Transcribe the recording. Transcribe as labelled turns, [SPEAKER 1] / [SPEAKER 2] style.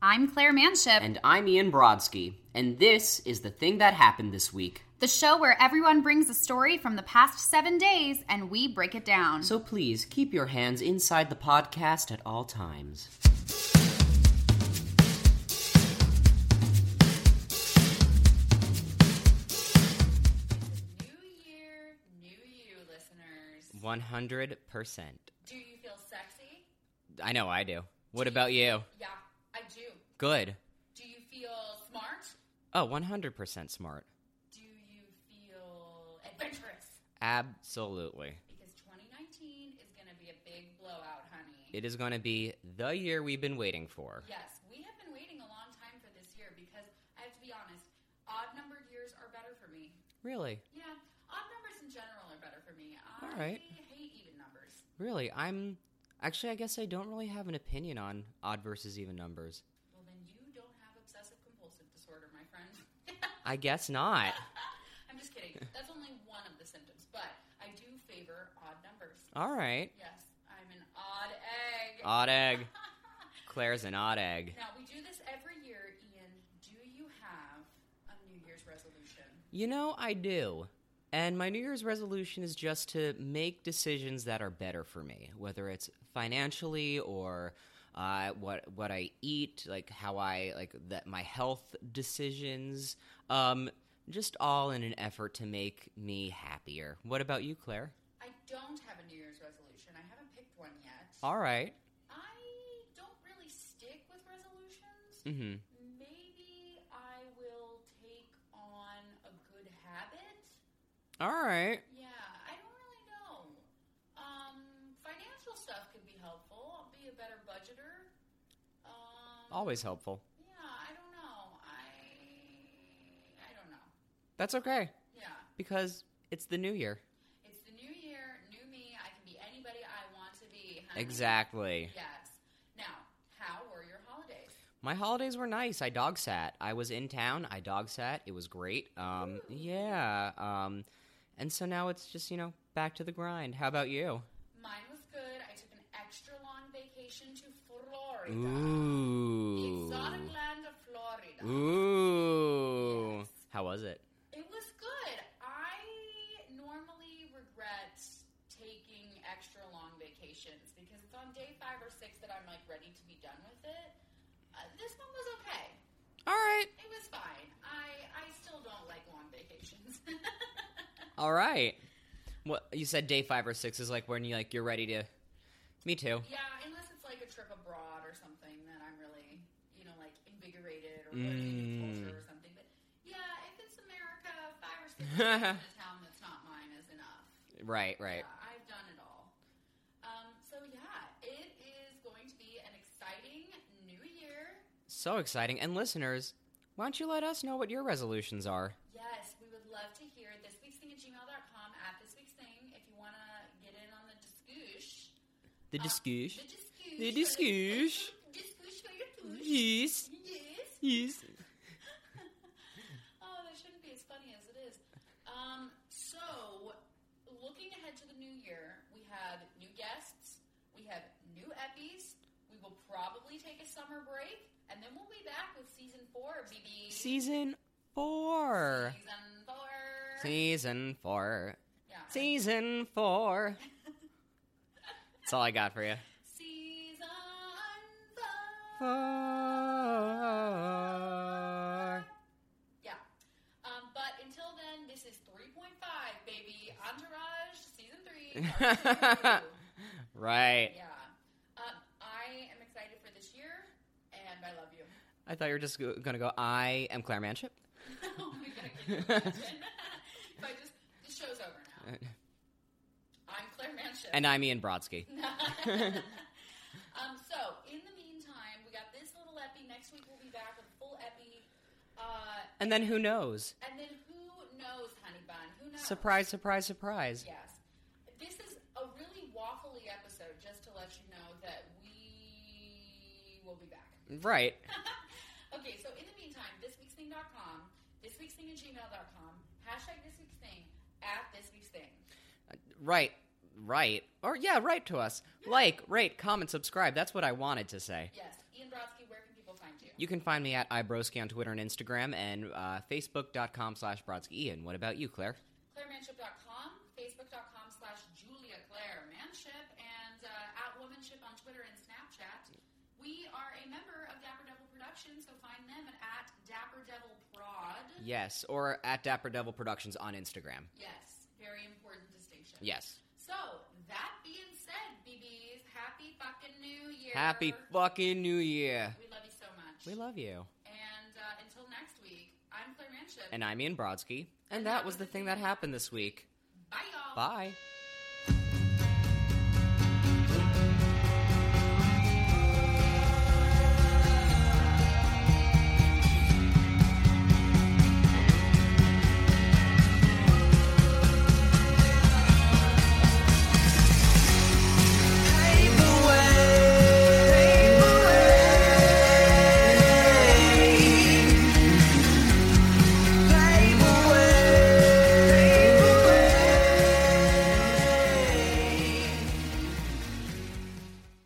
[SPEAKER 1] I'm Claire Manship,
[SPEAKER 2] And I'm Ian Brodsky, and this is the thing that happened this week.
[SPEAKER 1] the show where everyone brings a story from the past seven days and we break it down.
[SPEAKER 2] So please keep your hands inside the podcast at all times.
[SPEAKER 3] New year, new you, listeners.
[SPEAKER 2] 100%.
[SPEAKER 3] Do you feel sexy?
[SPEAKER 2] I know I do. What about you?
[SPEAKER 3] Yeah, I do.
[SPEAKER 2] Good.
[SPEAKER 3] Do you feel smart?
[SPEAKER 2] Oh, 100% smart.
[SPEAKER 3] Do you feel adventurous?
[SPEAKER 2] Absolutely.
[SPEAKER 3] Because 2019 is going to be a big blowout, honey.
[SPEAKER 2] It is going to be the year we've been waiting for.
[SPEAKER 3] yes, we have been waiting a long time for this year because I have to be honest, odd numbered years are better for me.
[SPEAKER 2] Really?
[SPEAKER 3] Yeah, odd numbers in general are better for me. I
[SPEAKER 2] All right.
[SPEAKER 3] hate even numbers.
[SPEAKER 2] Really? I'm. Actually, I guess I don't really have an opinion on odd versus even numbers.
[SPEAKER 3] Well, then you don't have obsessive compulsive disorder, my friend.
[SPEAKER 2] I guess not.
[SPEAKER 3] I'm just kidding. That's only one of the symptoms, but I do favor odd numbers.
[SPEAKER 2] All right.
[SPEAKER 3] Yes, I'm an odd egg.
[SPEAKER 2] Odd egg. Claire's an odd egg.
[SPEAKER 3] now, we do this every year, Ian. Do you have a New Year's resolution?
[SPEAKER 2] You know, I do. And my New Year's resolution is just to make decisions that are better for me, whether it's financially or uh, what what I eat, like how I like that my health decisions, um, just all in an effort to make me happier. What about you, Claire?
[SPEAKER 3] I don't have a New Year's resolution. I haven't picked one yet.
[SPEAKER 2] All right.
[SPEAKER 3] I don't really stick with resolutions.
[SPEAKER 2] Mm-hmm.
[SPEAKER 3] Maybe I will take on a good habit.
[SPEAKER 2] All right.
[SPEAKER 3] Yeah, I don't really know. Um, financial stuff could be helpful. I'll be a better budgeter. Um,
[SPEAKER 2] Always helpful.
[SPEAKER 3] Yeah, I don't know. I I don't know.
[SPEAKER 2] That's okay
[SPEAKER 3] Yeah,
[SPEAKER 2] because it's the new year.
[SPEAKER 3] it's the new year, new me. I can be anybody I want to be. honey.
[SPEAKER 2] Exactly.
[SPEAKER 3] Yes. Now, how were your holidays?
[SPEAKER 2] My holidays were nice. I dog sat. I was in town. I dog sat. It was great. Um,
[SPEAKER 3] Ooh.
[SPEAKER 2] yeah. Um, and so now it's just you know back to the grind. How about you?
[SPEAKER 3] Mine was good. I took an extra long vacation to Florida. The
[SPEAKER 2] Ooh.
[SPEAKER 3] exotic land of Florida.
[SPEAKER 2] Ooh. How was it?
[SPEAKER 3] It was good. I normally regret taking extra long vacations because it's on day five or six that I'm like ready to be done with it. Uh, this one was okay.
[SPEAKER 2] All right.
[SPEAKER 3] It was fine. I I still don't like long vacations.
[SPEAKER 2] All right. What you said? Day five or six is like when you like you're ready to. Me too.
[SPEAKER 3] yeah, unless it's like a trip abroad or something that I'm really you know like invigorated or learning a new
[SPEAKER 2] Mm.
[SPEAKER 3] culture or something. But yeah, if it's America, five or six days in a town that's not mine is enough.
[SPEAKER 2] Right. Right.
[SPEAKER 3] Yeah, I've done it all. Um, so yeah, it is going to be an exciting new year.
[SPEAKER 2] So exciting. And listeners, why don't you let us know what your resolutions are?
[SPEAKER 3] Yes, we would love to hear this week's thing at gmail.com at this week's thing if you want to get in on the discoosh.
[SPEAKER 2] The
[SPEAKER 3] Uh,
[SPEAKER 2] discoosh.
[SPEAKER 3] The discoosh.
[SPEAKER 2] The discoosh.
[SPEAKER 3] Discoosh for your
[SPEAKER 2] Yes.
[SPEAKER 3] douche. Yes.
[SPEAKER 2] Yes.
[SPEAKER 3] Oh, that shouldn't be as funny as it is. Um, so, looking ahead to the new year, we have new guests, we have new Eppies, we will probably take a summer break, and then we'll be back with season four, BB.
[SPEAKER 2] Season four.
[SPEAKER 3] Season four.
[SPEAKER 2] Season four.
[SPEAKER 3] Yeah.
[SPEAKER 2] Season four. That's all I got for you.
[SPEAKER 3] Season four.
[SPEAKER 2] Four.
[SPEAKER 3] Yeah. Um, but until then, this is 3.5, baby. Entourage, season three. part two.
[SPEAKER 2] Right.
[SPEAKER 3] Yeah. Um, I am excited for this year, and I love you.
[SPEAKER 2] I thought you were just go- gonna go. I am Claire Manship.
[SPEAKER 3] oh my god, can you imagine? if I just, the show's over now. I'm Claire Manship.
[SPEAKER 2] And I'm Ian Brodsky.
[SPEAKER 3] um, so, in the meantime, we got this little epi. Next week, we'll be back with a full epi. Uh,
[SPEAKER 2] And then who knows?
[SPEAKER 3] and then who knows, honey bun? Who knows?
[SPEAKER 2] Surprise, surprise, surprise.
[SPEAKER 3] Yes. This is a really waffly episode, just to let you know that we will be back.
[SPEAKER 2] Right.
[SPEAKER 3] okay, so in the meantime, thisweeksthing.com, thisweeksthing at gmail.com, hashtag thisweeksthing, at thisweeksthing.
[SPEAKER 2] Right. Right. Or yeah, right to us. Like, rate, comment, subscribe. That's what I wanted to say.
[SPEAKER 3] Yes, Ian Brodsky, where can people find find you?
[SPEAKER 2] You can find me at iBroski on Twitter and Instagram and uh, Facebook.com slash Brodsky Ian. What about you, Claire?
[SPEAKER 3] ClaireManship.com, Facebook.com slash Julia Claire Manship, and uh, at Womanship on Twitter and Snapchat. We are a member of Dapper Devil Productions, so find them at Dapper Devil Prod.
[SPEAKER 2] Yes, or at Dapper Devil Productions on Instagram.
[SPEAKER 3] Yes, very important distinction.
[SPEAKER 2] Yes.
[SPEAKER 3] So, that being said, BBs, happy fucking New Year.
[SPEAKER 2] Happy fucking New Year.
[SPEAKER 3] We love you so much.
[SPEAKER 2] We love you.
[SPEAKER 3] And uh, until next week, I'm Claire Manship.
[SPEAKER 2] And I'm Ian Brodsky. And that was the thing that happened this week.
[SPEAKER 3] Bye, y'all.
[SPEAKER 2] Bye.